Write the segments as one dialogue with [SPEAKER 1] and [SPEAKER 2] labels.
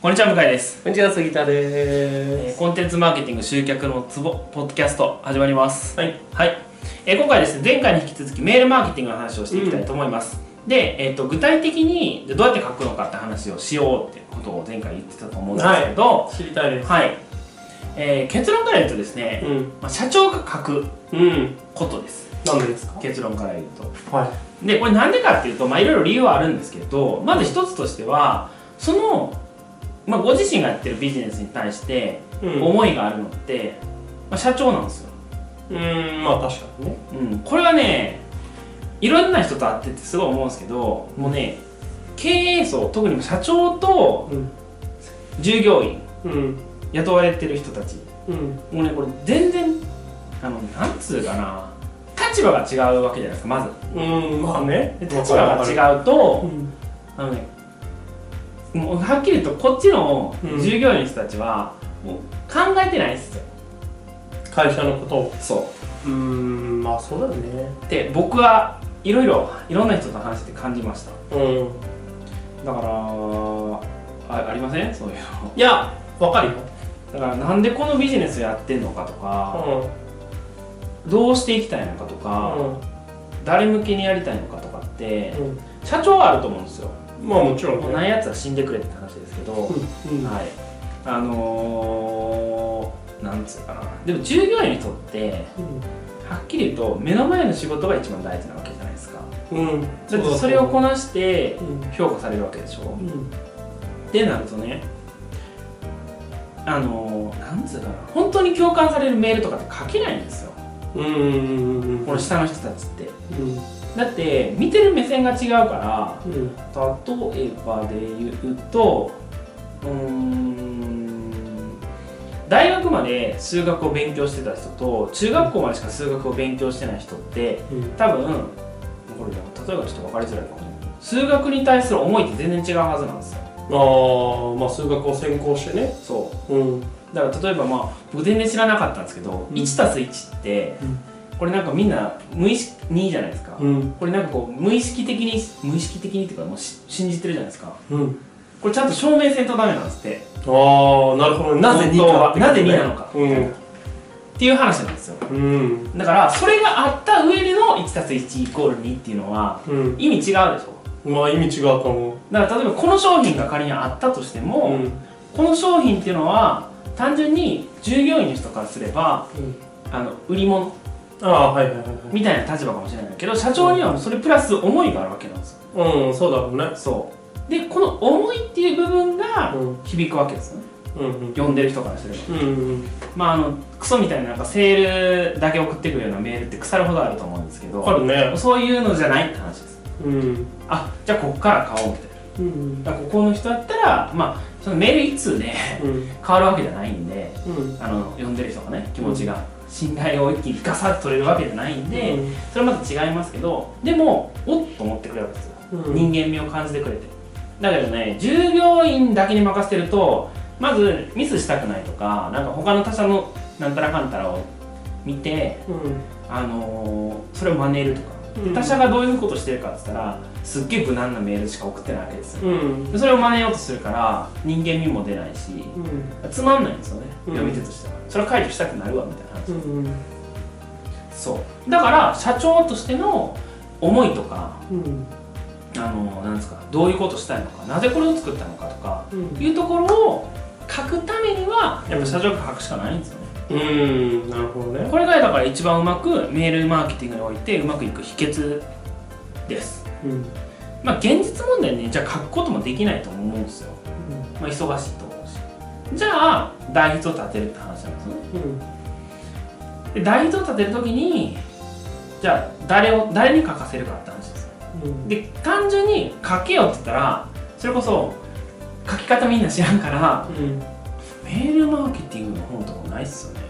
[SPEAKER 1] こんにちは向井です、
[SPEAKER 2] こんにちは、杉田で
[SPEAKER 1] え
[SPEAKER 2] す。
[SPEAKER 1] ーコンテンツマーケティング集客のツボポッドキャスト始まります
[SPEAKER 2] はい、
[SPEAKER 1] はい、えー今回ですね前回に引き続きメールマーケティングの話をしていきたいと思います、で、えー、と具体的にじゃあどうやって書くのかって話をしようってことを前回言ってたと思うんですけど
[SPEAKER 2] 知りたいで
[SPEAKER 1] はい、えー結論から言うとですね、
[SPEAKER 2] うん、
[SPEAKER 1] まあ、社長が書く
[SPEAKER 2] うん、
[SPEAKER 1] ことです
[SPEAKER 2] なんでですか。
[SPEAKER 1] 結論から言うと
[SPEAKER 2] は
[SPEAKER 1] でこれなんでかっていうとまあいろいろ理由はあるんですけどまず一つとしてはその、まあ、ご自身がやってるビジネスに対して
[SPEAKER 2] い。うん、
[SPEAKER 1] 思いがあるのって、まあ、社長なんですよ、
[SPEAKER 2] うん、まあ、確かにね。
[SPEAKER 1] うん、これはねいろんな人と会っててすごい思うんですけどもうね経営層特に社長と
[SPEAKER 2] うん、
[SPEAKER 1] 従業員
[SPEAKER 2] うん、
[SPEAKER 1] 雇われてる人たち
[SPEAKER 2] うん、
[SPEAKER 1] もうねこれ全然あのなんつうかな立場が違うわけじゃないですかまず
[SPEAKER 2] うん、まあね。
[SPEAKER 1] で立場
[SPEAKER 2] う。
[SPEAKER 1] が違うと、
[SPEAKER 2] うん、
[SPEAKER 1] あのねもうはっきり言うとこっちの
[SPEAKER 2] うん
[SPEAKER 1] 従業員の人たちはもう考えてないんですよ、
[SPEAKER 2] 会社のことを。
[SPEAKER 1] そう
[SPEAKER 2] ーん、まあ、そうだよね。
[SPEAKER 1] で僕はいろいろいろんな人と話してて感じました
[SPEAKER 2] うん。
[SPEAKER 1] だからあありませんそういうの
[SPEAKER 2] いや、わかるよ。
[SPEAKER 1] だからなんでこのビジネスやってんのかとか、どうしていきたいのかとか、誰向けにやりたいのかとかって
[SPEAKER 2] うん、うん、
[SPEAKER 1] 社長はあると思うんですよ、
[SPEAKER 2] うん、まあ、もちろん
[SPEAKER 1] もう
[SPEAKER 2] ね。
[SPEAKER 1] ないやつは死んでくれって話ですけど、
[SPEAKER 2] うん、うん、
[SPEAKER 1] はいあのー、なんつうかなでも従業員にとってはっきり言うと目の前の仕事が一番大事なわけじゃないですか
[SPEAKER 2] うん、
[SPEAKER 1] だってそれをこなして
[SPEAKER 2] うん、
[SPEAKER 1] 評価されるわけでしょ
[SPEAKER 2] うん、
[SPEAKER 1] ってなるとねあのー、なんつうかな本当に共感されるメールとかって書けないんですよ
[SPEAKER 2] うん、うん、
[SPEAKER 1] この下の人たちって
[SPEAKER 2] うん、
[SPEAKER 1] だって見てる目線が違うから
[SPEAKER 2] うん、
[SPEAKER 1] 例えばで言うとうーん大学まで数学を勉強してた人と中学校までしか数学を勉強してない人って
[SPEAKER 2] うん、
[SPEAKER 1] 多分これ例えばちょっと分かりづらいかもしれない数学に対する思いって全然違うはずなんですよ
[SPEAKER 2] ああ、まあ、数学を専攻してね。
[SPEAKER 1] そ
[SPEAKER 2] うん、
[SPEAKER 1] うだから例えばまあ僕全然知らなかったんですけど、
[SPEAKER 2] うん
[SPEAKER 1] 1+1 って
[SPEAKER 2] うん
[SPEAKER 1] これなんかみんな無意識にじゃないですか、
[SPEAKER 2] うん、
[SPEAKER 1] これなんかこう無意識的に無意識的にっていうかもうし信じてるじゃないですか
[SPEAKER 2] うん。
[SPEAKER 1] これちゃんと証明せんとダメなんですって
[SPEAKER 2] ああなるほどなぜ2
[SPEAKER 1] 本当は
[SPEAKER 2] かってことね
[SPEAKER 1] なぜ2なのか
[SPEAKER 2] う
[SPEAKER 1] っていう話なんですよ
[SPEAKER 2] んうん
[SPEAKER 1] だからそれがあった上での 1+1 イコール2っていうのは
[SPEAKER 2] うん
[SPEAKER 1] 意味違うでしょ
[SPEAKER 2] まあ意味違うと思う
[SPEAKER 1] だから例えばこの商品が仮にあったとして
[SPEAKER 2] う
[SPEAKER 1] も、
[SPEAKER 2] ん
[SPEAKER 1] この商品っていうのは単純に従業員の人からすればあの売り物
[SPEAKER 2] ああはいはいはい
[SPEAKER 1] みたいな立場かもしれないけど社長にはもうそれプラス思いがあるわけなんですよ
[SPEAKER 2] はいうんそうだろうね
[SPEAKER 1] そうでこの思いっていう部分が
[SPEAKER 2] うん
[SPEAKER 1] 響くわけですよね
[SPEAKER 2] うん
[SPEAKER 1] 呼んでる人からすれば
[SPEAKER 2] うんうん
[SPEAKER 1] まああのクソみたいななんかセールだけ送ってくるようなメールって腐るほどあると思うんですけど
[SPEAKER 2] わかるね
[SPEAKER 1] そういうのじゃないって話です
[SPEAKER 2] うん
[SPEAKER 1] あじゃあここから買おうみたいな
[SPEAKER 2] うん
[SPEAKER 1] だからここの人だったらまあそのメール一通で
[SPEAKER 2] うん
[SPEAKER 1] 変わるわけじゃないんで
[SPEAKER 2] うん
[SPEAKER 1] あの読んでる人がね気持ちが信頼を一気にガサッと取れるわけじゃないんで、
[SPEAKER 2] うん
[SPEAKER 1] それはまた違いますけどでもおっと思ってくれるわけですよ、
[SPEAKER 2] うん
[SPEAKER 1] 人間味を感じてくれてだけどね従業員だけに任せてるとまずミスしたくないとかなんか他の他社のなんたらかんたらを見て
[SPEAKER 2] うん
[SPEAKER 1] あのーそれを真似るとか、
[SPEAKER 2] うん
[SPEAKER 1] 他社がどういうことしてるかって言ったらすっげえ無難なメールしか送ってないわけですよ
[SPEAKER 2] うん
[SPEAKER 1] でそれを真似ようとするから人間味も出ないしつまんないんですよね、
[SPEAKER 2] うん
[SPEAKER 1] 読み手としてはそれは解除したくなるわみたいな話、
[SPEAKER 2] うん
[SPEAKER 1] そうだから社長としての思いとか
[SPEAKER 2] うん
[SPEAKER 1] あのなんですかどういうことしたいのかなぜこれを作ったのかとか
[SPEAKER 2] うん
[SPEAKER 1] いうところを書くためにはやっぱ社長が書くしかないんですよね
[SPEAKER 2] うんなるほどね
[SPEAKER 1] これがだから一番うまくメールマーケティングにおいてうまくいく秘訣です
[SPEAKER 2] うん
[SPEAKER 1] まあ現実問題ねじゃあ書くこともできないと思うんですよ、まあ、忙しいと思うしじゃあ代筆を立てるって話なんですよね
[SPEAKER 2] うん
[SPEAKER 1] で代筆を立てる時にじゃあ誰を誰に書かせるかって話ですよ
[SPEAKER 2] うん
[SPEAKER 1] で単純に書けよって言ったらそれこそ書き方みんな知らんから
[SPEAKER 2] うん
[SPEAKER 1] メールマーケティングの本とかないっすよね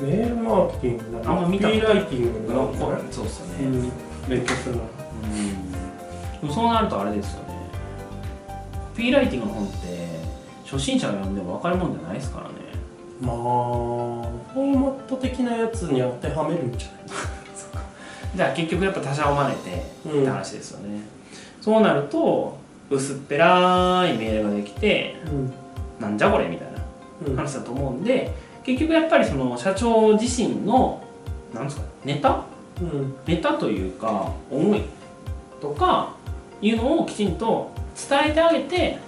[SPEAKER 2] メールマーケティング
[SPEAKER 1] あんま見た
[SPEAKER 2] コピーライティング
[SPEAKER 1] この
[SPEAKER 2] のこ
[SPEAKER 1] 本そうっすよ
[SPEAKER 2] れう
[SPEAKER 1] ね
[SPEAKER 2] ん勉強するの
[SPEAKER 1] うんそうなるとあれですよねコピーライティングの本って初心者が読んでも分かるもんじゃないですからね
[SPEAKER 2] まあフォーマット的なやつに当てはめるんじゃない
[SPEAKER 1] じゃあ結局やっぱ他者を真似て
[SPEAKER 2] うん
[SPEAKER 1] って話ですよね、そうなると薄っぺらいメールができて
[SPEAKER 2] うん
[SPEAKER 1] なんじゃこれみたいな
[SPEAKER 2] うん
[SPEAKER 1] 話だと思うんで結局やっぱりその社長自身のなんですかネタ
[SPEAKER 2] うん
[SPEAKER 1] ネタというか思いとかいうのをきちんと伝えてあげて伝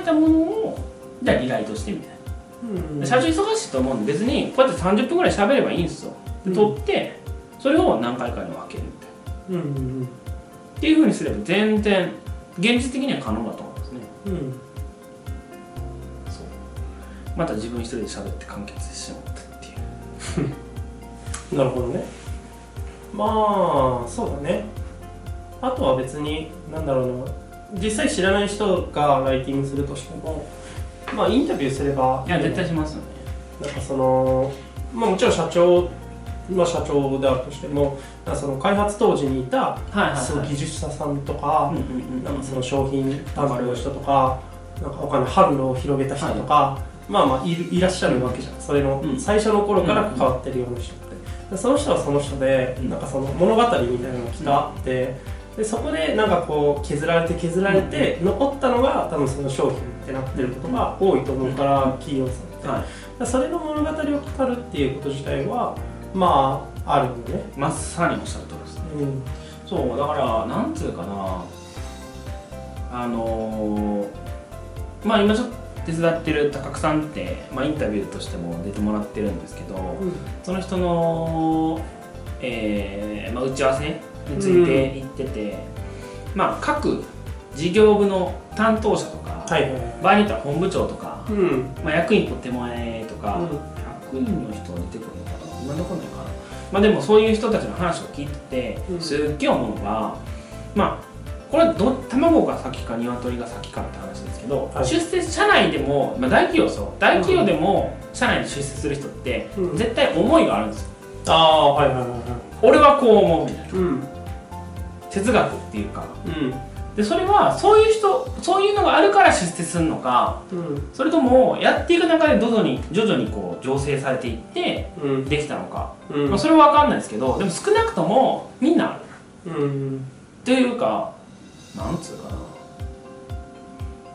[SPEAKER 1] えたものをじゃあリライトしてみたいな。
[SPEAKER 2] うんうん
[SPEAKER 1] 社長忙しいと思うんで別にこうやって30分ぐらい喋ればいいんですよ。で撮ってそれを何回かに分けるみたいな。
[SPEAKER 2] うんうん
[SPEAKER 1] っていうふうにすれば全然現実的には可能だと思うんですね
[SPEAKER 2] うん
[SPEAKER 1] また自分一人で喋って完結してしまったっていう
[SPEAKER 2] なるほどねまあそうだねあとは別になんだろうな実際知らない人がライティングするとしてもまあインタビューすれば
[SPEAKER 1] いや絶対しますよね
[SPEAKER 2] なんかそのまあもちろん社長まあ社長であるとしてもなんかその開発当時にいた
[SPEAKER 1] はいはい
[SPEAKER 2] そ
[SPEAKER 1] は
[SPEAKER 2] の技
[SPEAKER 1] い
[SPEAKER 2] 術者さんとか、
[SPEAKER 1] うんうんうん
[SPEAKER 2] なんかその商品担当の人とか、なんか他の販路を広げた人とか、まあまあいるいらっしゃるわけじゃん、それの
[SPEAKER 1] うん
[SPEAKER 2] 最初の頃から関わってるような人って、でその人はその人で、
[SPEAKER 1] うん
[SPEAKER 2] なんかその物語みたいなのがあって、でそこでなんかこう削られて削られて、残ったのが多分その商品ってなってることが多いと思うから、企業さんって、だか
[SPEAKER 1] は
[SPEAKER 2] らそれの物語を語るっていうこと自体はまああるよね。
[SPEAKER 1] いまさにおっしゃる通りですね
[SPEAKER 2] うん
[SPEAKER 1] そうだからなんつうかなあのーまあ今ちょっと手伝ってる高久さんって、まあ、インタビューとしても出てもらってるんですけど、その人の、えーまあ、打ち合わせについて言ってて、まあ、各事業部の担当者とか、
[SPEAKER 2] はいはいはい
[SPEAKER 1] 場合によっては本部長とか、
[SPEAKER 2] うんうん
[SPEAKER 1] まあ、役員と手前とか、役員の人出てくるのかな今どこないかな、まあ、でもそういう人たちの話を聞いて
[SPEAKER 2] うん
[SPEAKER 1] てすっげえ思うのが、まあこれはど卵が先か鶏が先かって話ですけど、
[SPEAKER 2] はい
[SPEAKER 1] 出世社内でも、まあ、大企業そう大企業でも社内に出世する人って
[SPEAKER 2] うん
[SPEAKER 1] 絶対思いがあるんですよ
[SPEAKER 2] ああはいはいはいはい
[SPEAKER 1] 俺はこう思うみたいな
[SPEAKER 2] うん
[SPEAKER 1] 哲学っていうか
[SPEAKER 2] うん
[SPEAKER 1] でそれはそういう人そういうのがあるから出世するのか
[SPEAKER 2] うん
[SPEAKER 1] それともやっていく中で徐々に徐々にこう醸成されていって
[SPEAKER 2] うん
[SPEAKER 1] できたのか、
[SPEAKER 2] うん
[SPEAKER 1] まあ、それは分かんないですけどでも少なくともみんなある
[SPEAKER 2] うん
[SPEAKER 1] というかなんつうかな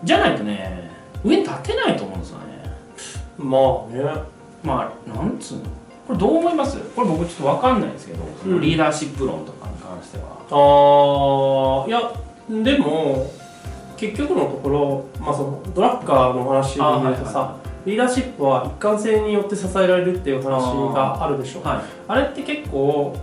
[SPEAKER 1] じゃないとね上に立てないと思うんですよね
[SPEAKER 2] まあね
[SPEAKER 1] まあなんつうのこれどう思いますこれ僕ちょっと分かんないですけど、そのリーダーシップ論とかに関しては。
[SPEAKER 2] あーいやでも結局のところ、まあ、そのドラッカーの話で言うとさ、
[SPEAKER 1] は
[SPEAKER 2] リーダーシップは一貫性によって支えられるっていう話があるでしょ
[SPEAKER 1] いはいはい
[SPEAKER 2] あれって結構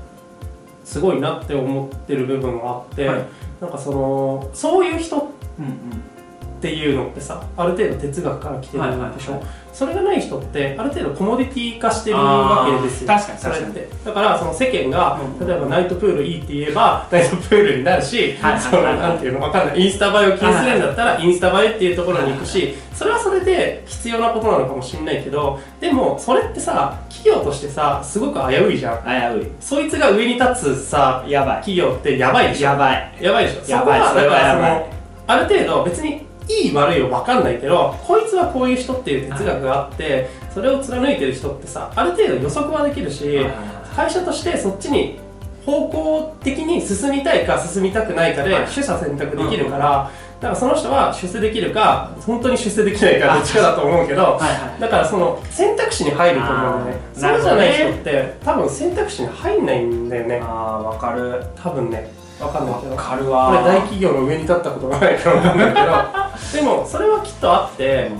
[SPEAKER 2] すごいなって思ってる部分があって、
[SPEAKER 1] はい
[SPEAKER 2] なんかそのそういう人
[SPEAKER 1] うんうん
[SPEAKER 2] っていうのってさある程度哲学から来てる
[SPEAKER 1] はいはいはい
[SPEAKER 2] でしょ、それがない人ってある程度コモディティ化してるわけですよ
[SPEAKER 1] あー確かに
[SPEAKER 2] それっ
[SPEAKER 1] 確
[SPEAKER 2] てだからその世間が、
[SPEAKER 1] うん
[SPEAKER 2] 例えばナイトプールいいって言えばナイトプールになるし、
[SPEAKER 1] はいはいはい
[SPEAKER 2] そのなんていうのわかんないインスタ映えを気にするんだったらインスタ映えっていうところに行くしそれはそれで必要なことなのかもしれないけどでもそれってさ企業としてさすごく危ういじゃん
[SPEAKER 1] 危う
[SPEAKER 2] そいつが上に立つさ
[SPEAKER 1] いやば
[SPEAKER 2] 企業ってやばいでしょ
[SPEAKER 1] やばい
[SPEAKER 2] やばいでしょ
[SPEAKER 1] やばい
[SPEAKER 2] そこは
[SPEAKER 1] それは
[SPEAKER 2] だから
[SPEAKER 1] やばい
[SPEAKER 2] そのある程度別にいい悪いは分かんないけどこいつはこういう人っていう哲学があってそれを貫いてる人ってさある程度予測はできるし会社としてそっちに方向的に進みたいか進みたくないかで
[SPEAKER 1] はい
[SPEAKER 2] 取捨選択できるからだからその人は出世できるか本当に出世できないかどっちかだと思うけど
[SPEAKER 1] はいはい
[SPEAKER 2] だからその選択肢に入ると思うんだよね
[SPEAKER 1] あー
[SPEAKER 2] そうじゃない
[SPEAKER 1] なる
[SPEAKER 2] 人
[SPEAKER 1] ほ
[SPEAKER 2] って多分選択肢に入んないんだよね
[SPEAKER 1] あーわかる
[SPEAKER 2] 多分ね分かんないけど
[SPEAKER 1] わかる
[SPEAKER 2] これ
[SPEAKER 1] わ
[SPEAKER 2] 大企業の上に立ったことがないからなんだけどで もそれはきっとあって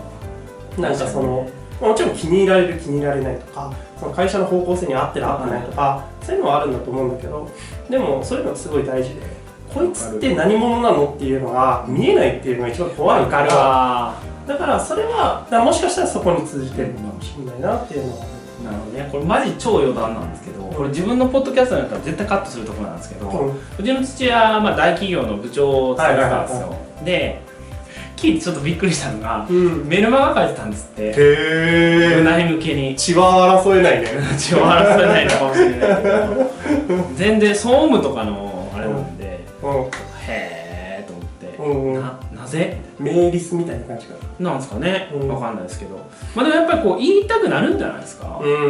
[SPEAKER 2] なんかそのもちろん気に入られる気に入られないとかその会社の方向性に合ってる合ってないとかそういうのはあるんだと思うんだけどでもそういうのがすごい大事でこいつって何者なのっていうのが見えないっていうのが一番怖い
[SPEAKER 1] わ
[SPEAKER 2] か
[SPEAKER 1] かる
[SPEAKER 2] ら
[SPEAKER 1] わ
[SPEAKER 2] だからそれはだからもしかしたらそこに通じてるのかもしれないなっていうのは
[SPEAKER 1] なるほどねこれマジ超余談なんですけどこれ自分のポッドキャストだったら絶対カットするところなんですけど、
[SPEAKER 2] うん
[SPEAKER 1] うちの父親はまあ大企業の部長をされてたんですよ、
[SPEAKER 2] は
[SPEAKER 1] で聞いてちょっとびっくりしたのが
[SPEAKER 2] うん
[SPEAKER 1] メルマガ書いてたんですって部
[SPEAKER 2] へえ
[SPEAKER 1] 内向けに
[SPEAKER 2] 血は争えないね
[SPEAKER 1] 血を争えないのかもしれないけど全然総務とかのあれなんで、
[SPEAKER 2] う
[SPEAKER 1] へえと思って、
[SPEAKER 2] んうん
[SPEAKER 1] ななぜ
[SPEAKER 2] メイリスみたいな感じかな
[SPEAKER 1] なんですかね、
[SPEAKER 2] うん
[SPEAKER 1] わかんないですけどまあでもやっぱりこう言いたくなるんじゃないですか、
[SPEAKER 2] うんう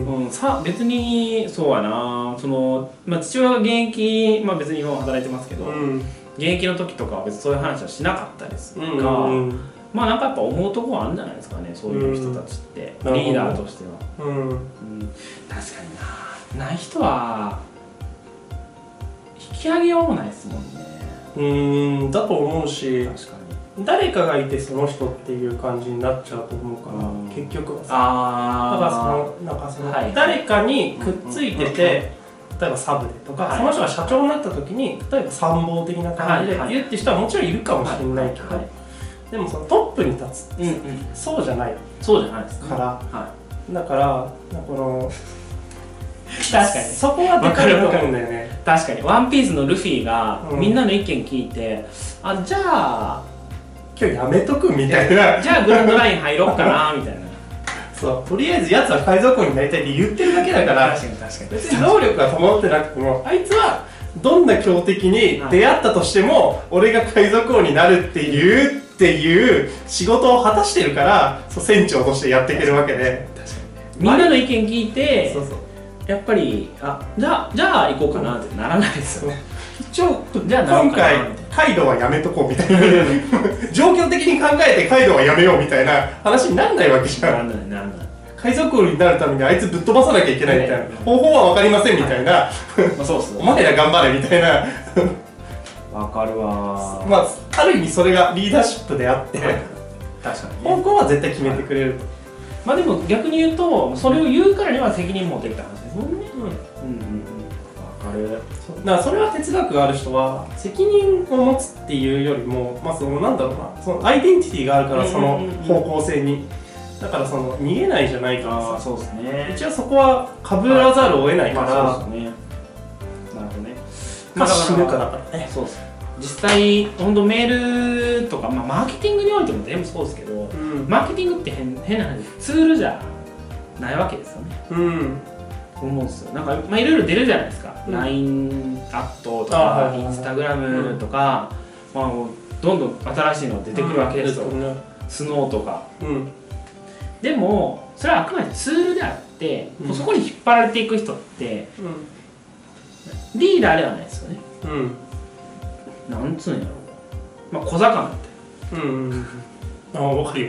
[SPEAKER 2] んうん
[SPEAKER 1] うんさ別にそうやなその、まあ、父親が現役、まあ、別に今も働いてますけど、
[SPEAKER 2] うん
[SPEAKER 1] 現役の時とかは別にそういう話はしなかったですが、
[SPEAKER 2] うん
[SPEAKER 1] まあなんかやっぱ思うとこはあるんじゃないですかねそういう人たちって、
[SPEAKER 2] うん
[SPEAKER 1] リーダーとしては、
[SPEAKER 2] うん
[SPEAKER 1] うん、確かになない人は引き上げようもないですもんね
[SPEAKER 2] うんだと思うし
[SPEAKER 1] 確かに
[SPEAKER 2] 誰かがいてその人っていう感じになっちゃうと思うから、
[SPEAKER 1] うん
[SPEAKER 2] 結局はさだから
[SPEAKER 1] あ
[SPEAKER 2] そのなんかその、
[SPEAKER 1] はい
[SPEAKER 2] 誰かにくっついてて、
[SPEAKER 1] う
[SPEAKER 2] 例えばサブでとか、
[SPEAKER 1] はい
[SPEAKER 2] その人が社長になった時に例えば参謀的な感じで
[SPEAKER 1] はいはい
[SPEAKER 2] 言うって人はもちろんいるかもしれないけど、
[SPEAKER 1] はいはい
[SPEAKER 2] でもそのトップに立つ
[SPEAKER 1] うんうん
[SPEAKER 2] そうじゃない
[SPEAKER 1] そうじゃないです
[SPEAKER 2] か、
[SPEAKER 1] からは
[SPEAKER 2] だからこの
[SPEAKER 1] い確かに
[SPEAKER 2] そこはでかいと思うんだよね
[SPEAKER 1] 確かに「ワンピースのルフィが
[SPEAKER 2] うん
[SPEAKER 1] みんなの意見聞いて、あじゃあ
[SPEAKER 2] 今日やめとくみたいな
[SPEAKER 1] じゃあグランドライン入ろっかなみたいな
[SPEAKER 2] そうとりあえずやつは海賊王になりたいって言ってるだ けだから
[SPEAKER 1] に確か
[SPEAKER 2] 別に能力が伴ってなくてもあいつはどんな強敵に出会ったとしても、俺が海賊王になるっていうっていう仕事を果たしてるからそう船長としてやっていけるわけで
[SPEAKER 1] みんなの意見聞いて
[SPEAKER 2] そうそう
[SPEAKER 1] やっぱりあじゃあじゃあ行こうかなってならないですよね
[SPEAKER 2] 一応
[SPEAKER 1] じゃあなろう
[SPEAKER 2] 今
[SPEAKER 1] かなみたい
[SPEAKER 2] 回カイドウはやめとこうみたいな状況的に考えてカイドウはやめようみたいな話にならないわけじ
[SPEAKER 1] な
[SPEAKER 2] ゃ
[SPEAKER 1] なんらないならない
[SPEAKER 2] 海賊王になるためにあいつぶっ飛ばさなきゃいけないみたい
[SPEAKER 1] ね
[SPEAKER 2] な方法は分かりませんみたいな
[SPEAKER 1] まあそうっす
[SPEAKER 2] お前ら頑張れみたいな
[SPEAKER 1] わかるわ
[SPEAKER 2] まあある意味それがリーダーシップであって
[SPEAKER 1] 確かに
[SPEAKER 2] 方
[SPEAKER 1] ね
[SPEAKER 2] 向は絶対決めてくれる
[SPEAKER 1] まあでも逆に言うとそれを言うからには責任持ってきた話ですもんねうんうんうんわかる
[SPEAKER 2] そうだからそれは哲学がある人は責任を持つっていうよりもまあそのなんだろうなそのアイデンティティがあるからその
[SPEAKER 1] うんうんうんうん
[SPEAKER 2] 方向性にだからその逃げないじゃない
[SPEAKER 1] あ
[SPEAKER 2] か
[SPEAKER 1] そうですね
[SPEAKER 2] 一応そこはかぶらざるを得ないか
[SPEAKER 1] ま
[SPEAKER 2] ら、
[SPEAKER 1] あそうですねなるほどね
[SPEAKER 2] まあ
[SPEAKER 1] だら
[SPEAKER 2] 死ぬかだからね
[SPEAKER 1] そうっす実際本当メールとか、まあ、マーケティングにおいても全部そうですけど
[SPEAKER 2] うん、
[SPEAKER 1] マーケティングって変変な話ツールじゃないわけですよね
[SPEAKER 2] うん、
[SPEAKER 1] 思うんですよなんか、まあ、いろいろ出るじゃないですか、
[SPEAKER 2] うん
[SPEAKER 1] LINE アットと
[SPEAKER 2] あ
[SPEAKER 1] か
[SPEAKER 2] はいはい
[SPEAKER 1] イ
[SPEAKER 2] はい
[SPEAKER 1] ンスタグラムとか、まあ、もうどんどん新しいの出てくるわけですよ、
[SPEAKER 2] うん
[SPEAKER 1] スノーとか
[SPEAKER 2] うん
[SPEAKER 1] でもそれはあくまでツールであって、
[SPEAKER 2] うん
[SPEAKER 1] もうそこに引っ張られていく人ってリーダーではないですよね
[SPEAKER 2] うん
[SPEAKER 1] なんつうんやろうまあ小魚み
[SPEAKER 2] うんうんあ分かるよ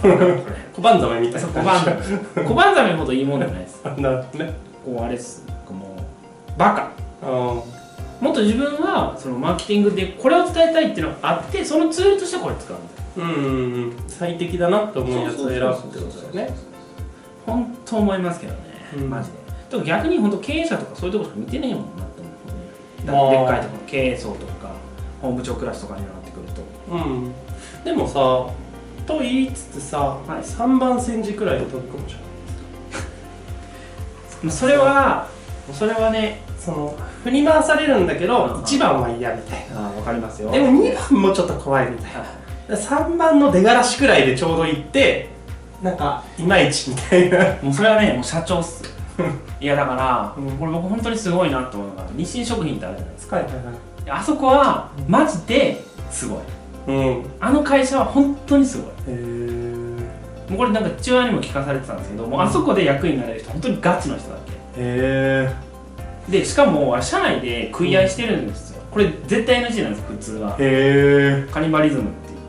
[SPEAKER 1] たい な
[SPEAKER 2] 小判ざめみたいな
[SPEAKER 1] 小判ザメ小判ザメほどいいもんじゃないです
[SPEAKER 2] メなるほどね
[SPEAKER 1] こうあれっすこうもうバカ
[SPEAKER 2] あ
[SPEAKER 1] もっと自分はそのマーケティングでこれを伝えたいっていうのがあってそのツールとしてこれ使うみたいな
[SPEAKER 2] ーうんうんうん最適だなと思うやつを選ぶってことだよね
[SPEAKER 1] 本当思いますけどね、
[SPEAKER 2] うん
[SPEAKER 1] マジででも逆に本当経営者とかそういうとこしか見てねえもんなって思う、ね、だ
[SPEAKER 2] まあ
[SPEAKER 1] でっかいところ経営層とか本部長クラスとかになってくると
[SPEAKER 2] うんでもさと言いつつさ、
[SPEAKER 1] はい
[SPEAKER 2] 三3番煎じくらいで取るかもしれない
[SPEAKER 1] まあそれはそれはね
[SPEAKER 2] その振り回されるんだけど
[SPEAKER 1] うん
[SPEAKER 2] 1番は嫌みたい
[SPEAKER 1] あーわかりますよ
[SPEAKER 2] なでも2番もちょっと怖いみたいな3番の出がらしくらいでちょうど行ってなんかいまいちみたいな
[SPEAKER 1] もうそれはねもう社長っすいやだから、
[SPEAKER 2] うん
[SPEAKER 1] これ僕本当にすごいなと思うのが日清食品ってあるじゃないですか
[SPEAKER 2] 使いたいな
[SPEAKER 1] あそこはマジですごい
[SPEAKER 2] うんへ
[SPEAKER 1] あの会社は本当にすごい
[SPEAKER 2] え
[SPEAKER 1] もうこれなんか父親にも聞かされてたんですけどもうあそこで役になれる人本当にガチの人だっけ
[SPEAKER 2] へ
[SPEAKER 1] でしかもあれ社内で食い合いしてるんですよ、これ絶対 NG なんです普通は
[SPEAKER 2] えへえ
[SPEAKER 1] カニバリズムっ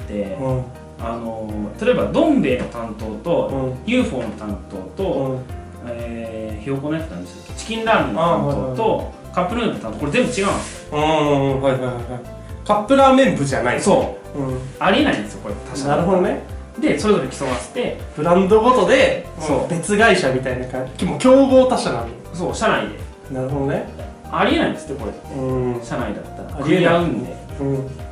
[SPEAKER 1] て言って、
[SPEAKER 2] うん
[SPEAKER 1] あのー例えばどん兵衛の担当
[SPEAKER 2] う
[SPEAKER 1] と、
[SPEAKER 2] ん
[SPEAKER 1] UFO の担当と、
[SPEAKER 2] うん
[SPEAKER 1] えーひよこのやつなんでしたっけチキンラーメンの担当と、カップヌードルの担当これ全部違うんです
[SPEAKER 2] うんはいはいはいカップラーメン部じゃない、
[SPEAKER 1] よそう
[SPEAKER 2] うん、
[SPEAKER 1] ありえないんですよこれ確か
[SPEAKER 2] なるほどね
[SPEAKER 1] でそれぞれ競わせて
[SPEAKER 2] ブランドごとで
[SPEAKER 1] そう
[SPEAKER 2] もう別会社みたいな感じもう競合他社なんだ
[SPEAKER 1] そう社内で
[SPEAKER 2] なるほどね
[SPEAKER 1] ありえないんですってこれ
[SPEAKER 2] うん
[SPEAKER 1] 社内だったら
[SPEAKER 2] あ
[SPEAKER 1] 食
[SPEAKER 2] りえない
[SPEAKER 1] い合うんで
[SPEAKER 2] うん
[SPEAKER 1] だ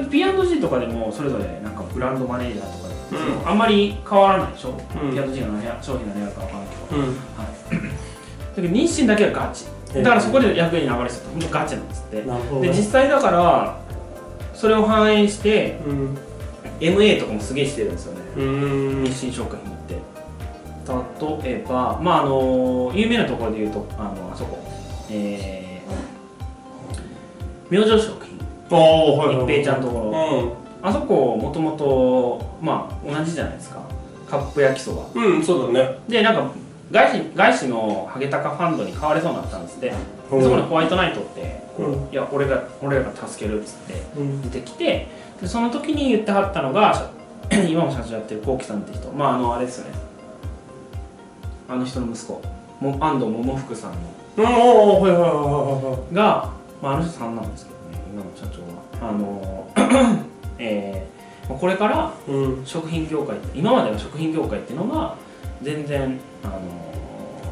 [SPEAKER 1] って P&G とかでもそれぞれなんかブランドマネージャーとかで、
[SPEAKER 2] う
[SPEAKER 1] あんまり変わらないでしょ、
[SPEAKER 2] うん
[SPEAKER 1] P&G の何や商品の何やるかわからないけど、
[SPEAKER 2] うん
[SPEAKER 1] はい、だけど日清だけはガチだからそこで役に流れてた本当ガチなんですってで
[SPEAKER 2] なるほど
[SPEAKER 1] 実際だからそれを反映して
[SPEAKER 2] うん、
[SPEAKER 1] MA とかもすげえしてるんですよね
[SPEAKER 2] うん、
[SPEAKER 1] 日清食品って例えばまああの有名なところで言うとあのあそこえー、明星食品
[SPEAKER 2] おおはいはい
[SPEAKER 1] 一平ちゃんところ
[SPEAKER 2] ろ
[SPEAKER 1] あそこもともとまあ同じじゃないですかカップ焼きそば
[SPEAKER 2] うん、うん、そうだね
[SPEAKER 1] でなんか外資外資のハゲタカファンドに買われそうになったんですって、
[SPEAKER 2] うん
[SPEAKER 1] そこにホワイトナイトって、
[SPEAKER 2] うん
[SPEAKER 1] いや俺が俺らが助けるっつって
[SPEAKER 2] うん
[SPEAKER 1] 出てきてでその時に言ってはったのが 今も社長やってる幸喜さんって人まああのあれですよねあの人の息子も安藤桃福さんの
[SPEAKER 2] うんおーはいはいはいはいはい
[SPEAKER 1] が、まあ、あの人さんなんですけどね今の社長はあの えーまあこれから
[SPEAKER 2] うん
[SPEAKER 1] 食品業界今までの食品業界っていうのが全然あの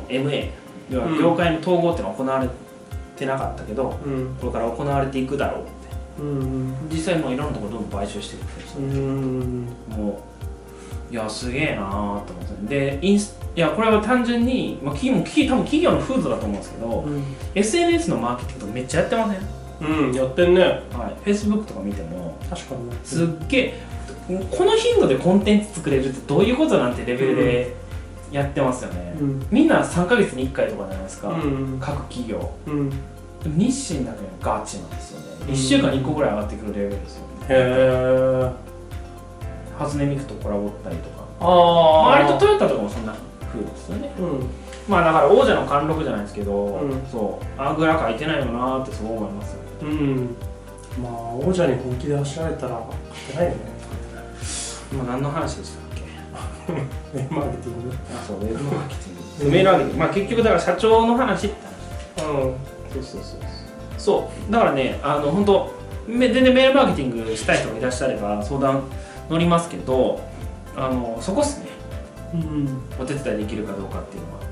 [SPEAKER 1] MA 要は
[SPEAKER 2] うん
[SPEAKER 1] 業界の統合っていうのは行われてなかったけど、
[SPEAKER 2] うん
[SPEAKER 1] これから行われていくだろうって
[SPEAKER 2] うん
[SPEAKER 1] 実際もういろんなところどんどん買収していくんです
[SPEAKER 2] うん
[SPEAKER 1] もういやすげえなーって思ってでインスいやこれは単純に、まあ、企業も企多分企業の風土だと思うんですけど SNS のマーケティングとかめっちゃやってません、
[SPEAKER 2] うんやってんね
[SPEAKER 1] はい、Facebook とか見ても
[SPEAKER 2] 確かにね
[SPEAKER 1] すっげえこの頻度でコンテンツ作れるってどういうことなんてレベルでやってますよね、
[SPEAKER 2] うん
[SPEAKER 1] みんな3ヶ月に1回とかじゃないです
[SPEAKER 2] う
[SPEAKER 1] か、
[SPEAKER 2] ん
[SPEAKER 1] 各企業
[SPEAKER 2] うん
[SPEAKER 1] でも日清だけはガチなんですよね
[SPEAKER 2] うん
[SPEAKER 1] 1週間に1個ぐらい上がってくるレベルですよ
[SPEAKER 2] へえ
[SPEAKER 1] 初音ミクとコラボったりとかまあ
[SPEAKER 2] ああ
[SPEAKER 1] 割とトヨタとかもそんな風ですよね
[SPEAKER 2] うん
[SPEAKER 1] まあだから王者の貫禄じゃないですけど、
[SPEAKER 2] うん
[SPEAKER 1] そうあぐらかいてないよなーってそう思います
[SPEAKER 2] うんまあ王者に本気で走られたら勝てないよね
[SPEAKER 1] 今何の話でしたっけ
[SPEAKER 2] ウェブマーケティング
[SPEAKER 1] あそうウェブマーケ ティン
[SPEAKER 2] う
[SPEAKER 1] グ
[SPEAKER 2] ん
[SPEAKER 1] メールあげてまあ結局だから社長の話って
[SPEAKER 2] うん
[SPEAKER 1] 話そうそうそうそうだからねあの本当め全然メールマーケティングしたい人がいらっしゃれば相談乗りますけどあのそこっすね
[SPEAKER 2] うん
[SPEAKER 1] お手伝いできるかどうかっていうのは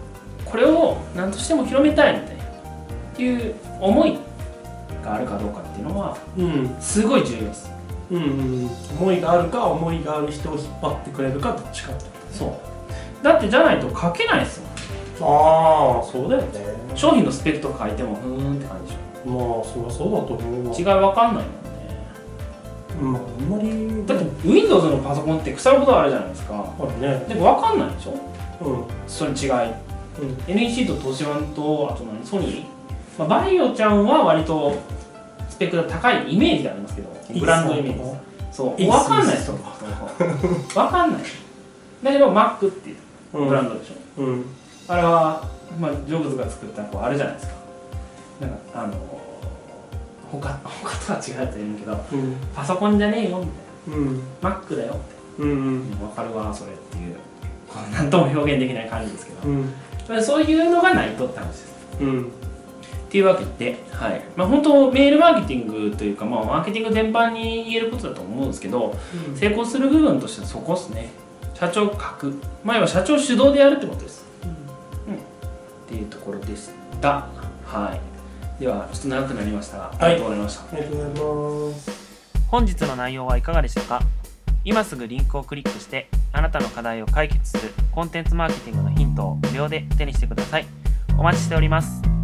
[SPEAKER 1] これを何としても広めたいみたいなっていう思いがあるかどうかっていうのは
[SPEAKER 2] うん
[SPEAKER 1] すごい重要です
[SPEAKER 2] うんうん、思いがあるか思いがある人を引っ張ってくれるかどっちかって
[SPEAKER 1] そうだってじゃないと書けないですもん
[SPEAKER 2] ああそうだよね
[SPEAKER 1] 商品のスペックとか書いてもうーんって感じで
[SPEAKER 2] まあそりゃそうだと思うわ
[SPEAKER 1] しょ違いわかんないもんね
[SPEAKER 2] まああんまり
[SPEAKER 1] だって Windows のパソコンって腐るほどあるじゃないですか
[SPEAKER 2] あるね
[SPEAKER 1] でもわかんないでしょ
[SPEAKER 2] うん
[SPEAKER 1] その違い
[SPEAKER 2] うん
[SPEAKER 1] NEC と東芝とあと何ソニー、まあ、バイオちゃんは割とスペックが高いイメージがありますけどブランドイメージ
[SPEAKER 2] ジ
[SPEAKER 1] そう
[SPEAKER 2] いいっ
[SPEAKER 1] わ
[SPEAKER 2] す
[SPEAKER 1] かんないです よわかんないだけど Mac っていう
[SPEAKER 2] うん
[SPEAKER 1] ブランドでしょ、
[SPEAKER 2] うん
[SPEAKER 1] あれは、まあ、ジョブズが作ったこうあれじゃないですかなんかあの他他とは違うと言うけど
[SPEAKER 2] うん
[SPEAKER 1] パソコンじゃねえよみ
[SPEAKER 2] うん
[SPEAKER 1] たいな Mac だよっ
[SPEAKER 2] うんうん
[SPEAKER 1] てわかるわそれっていうこうなんとも表現できない感じですけど
[SPEAKER 2] うん
[SPEAKER 1] まあそういうのがないとって話です
[SPEAKER 2] うん
[SPEAKER 1] っていうわけで、はいまあ、本当メールマーケティングというか、まあ、マーケティング全般に言えることだと思うんですけど成功する部分としてはそこっすね社長書く前は社長主導でやるってことですっていうところでした。はい。では、ちょっと長くなりましたが、ありがとうございました。
[SPEAKER 2] ありがとうございます
[SPEAKER 1] 本日の内容はいかがでしたか今すぐリンクをクリックしてあなたの課題を解決するコンテンツマーケティングのヒントを無料で手にしてくださいお待ちしております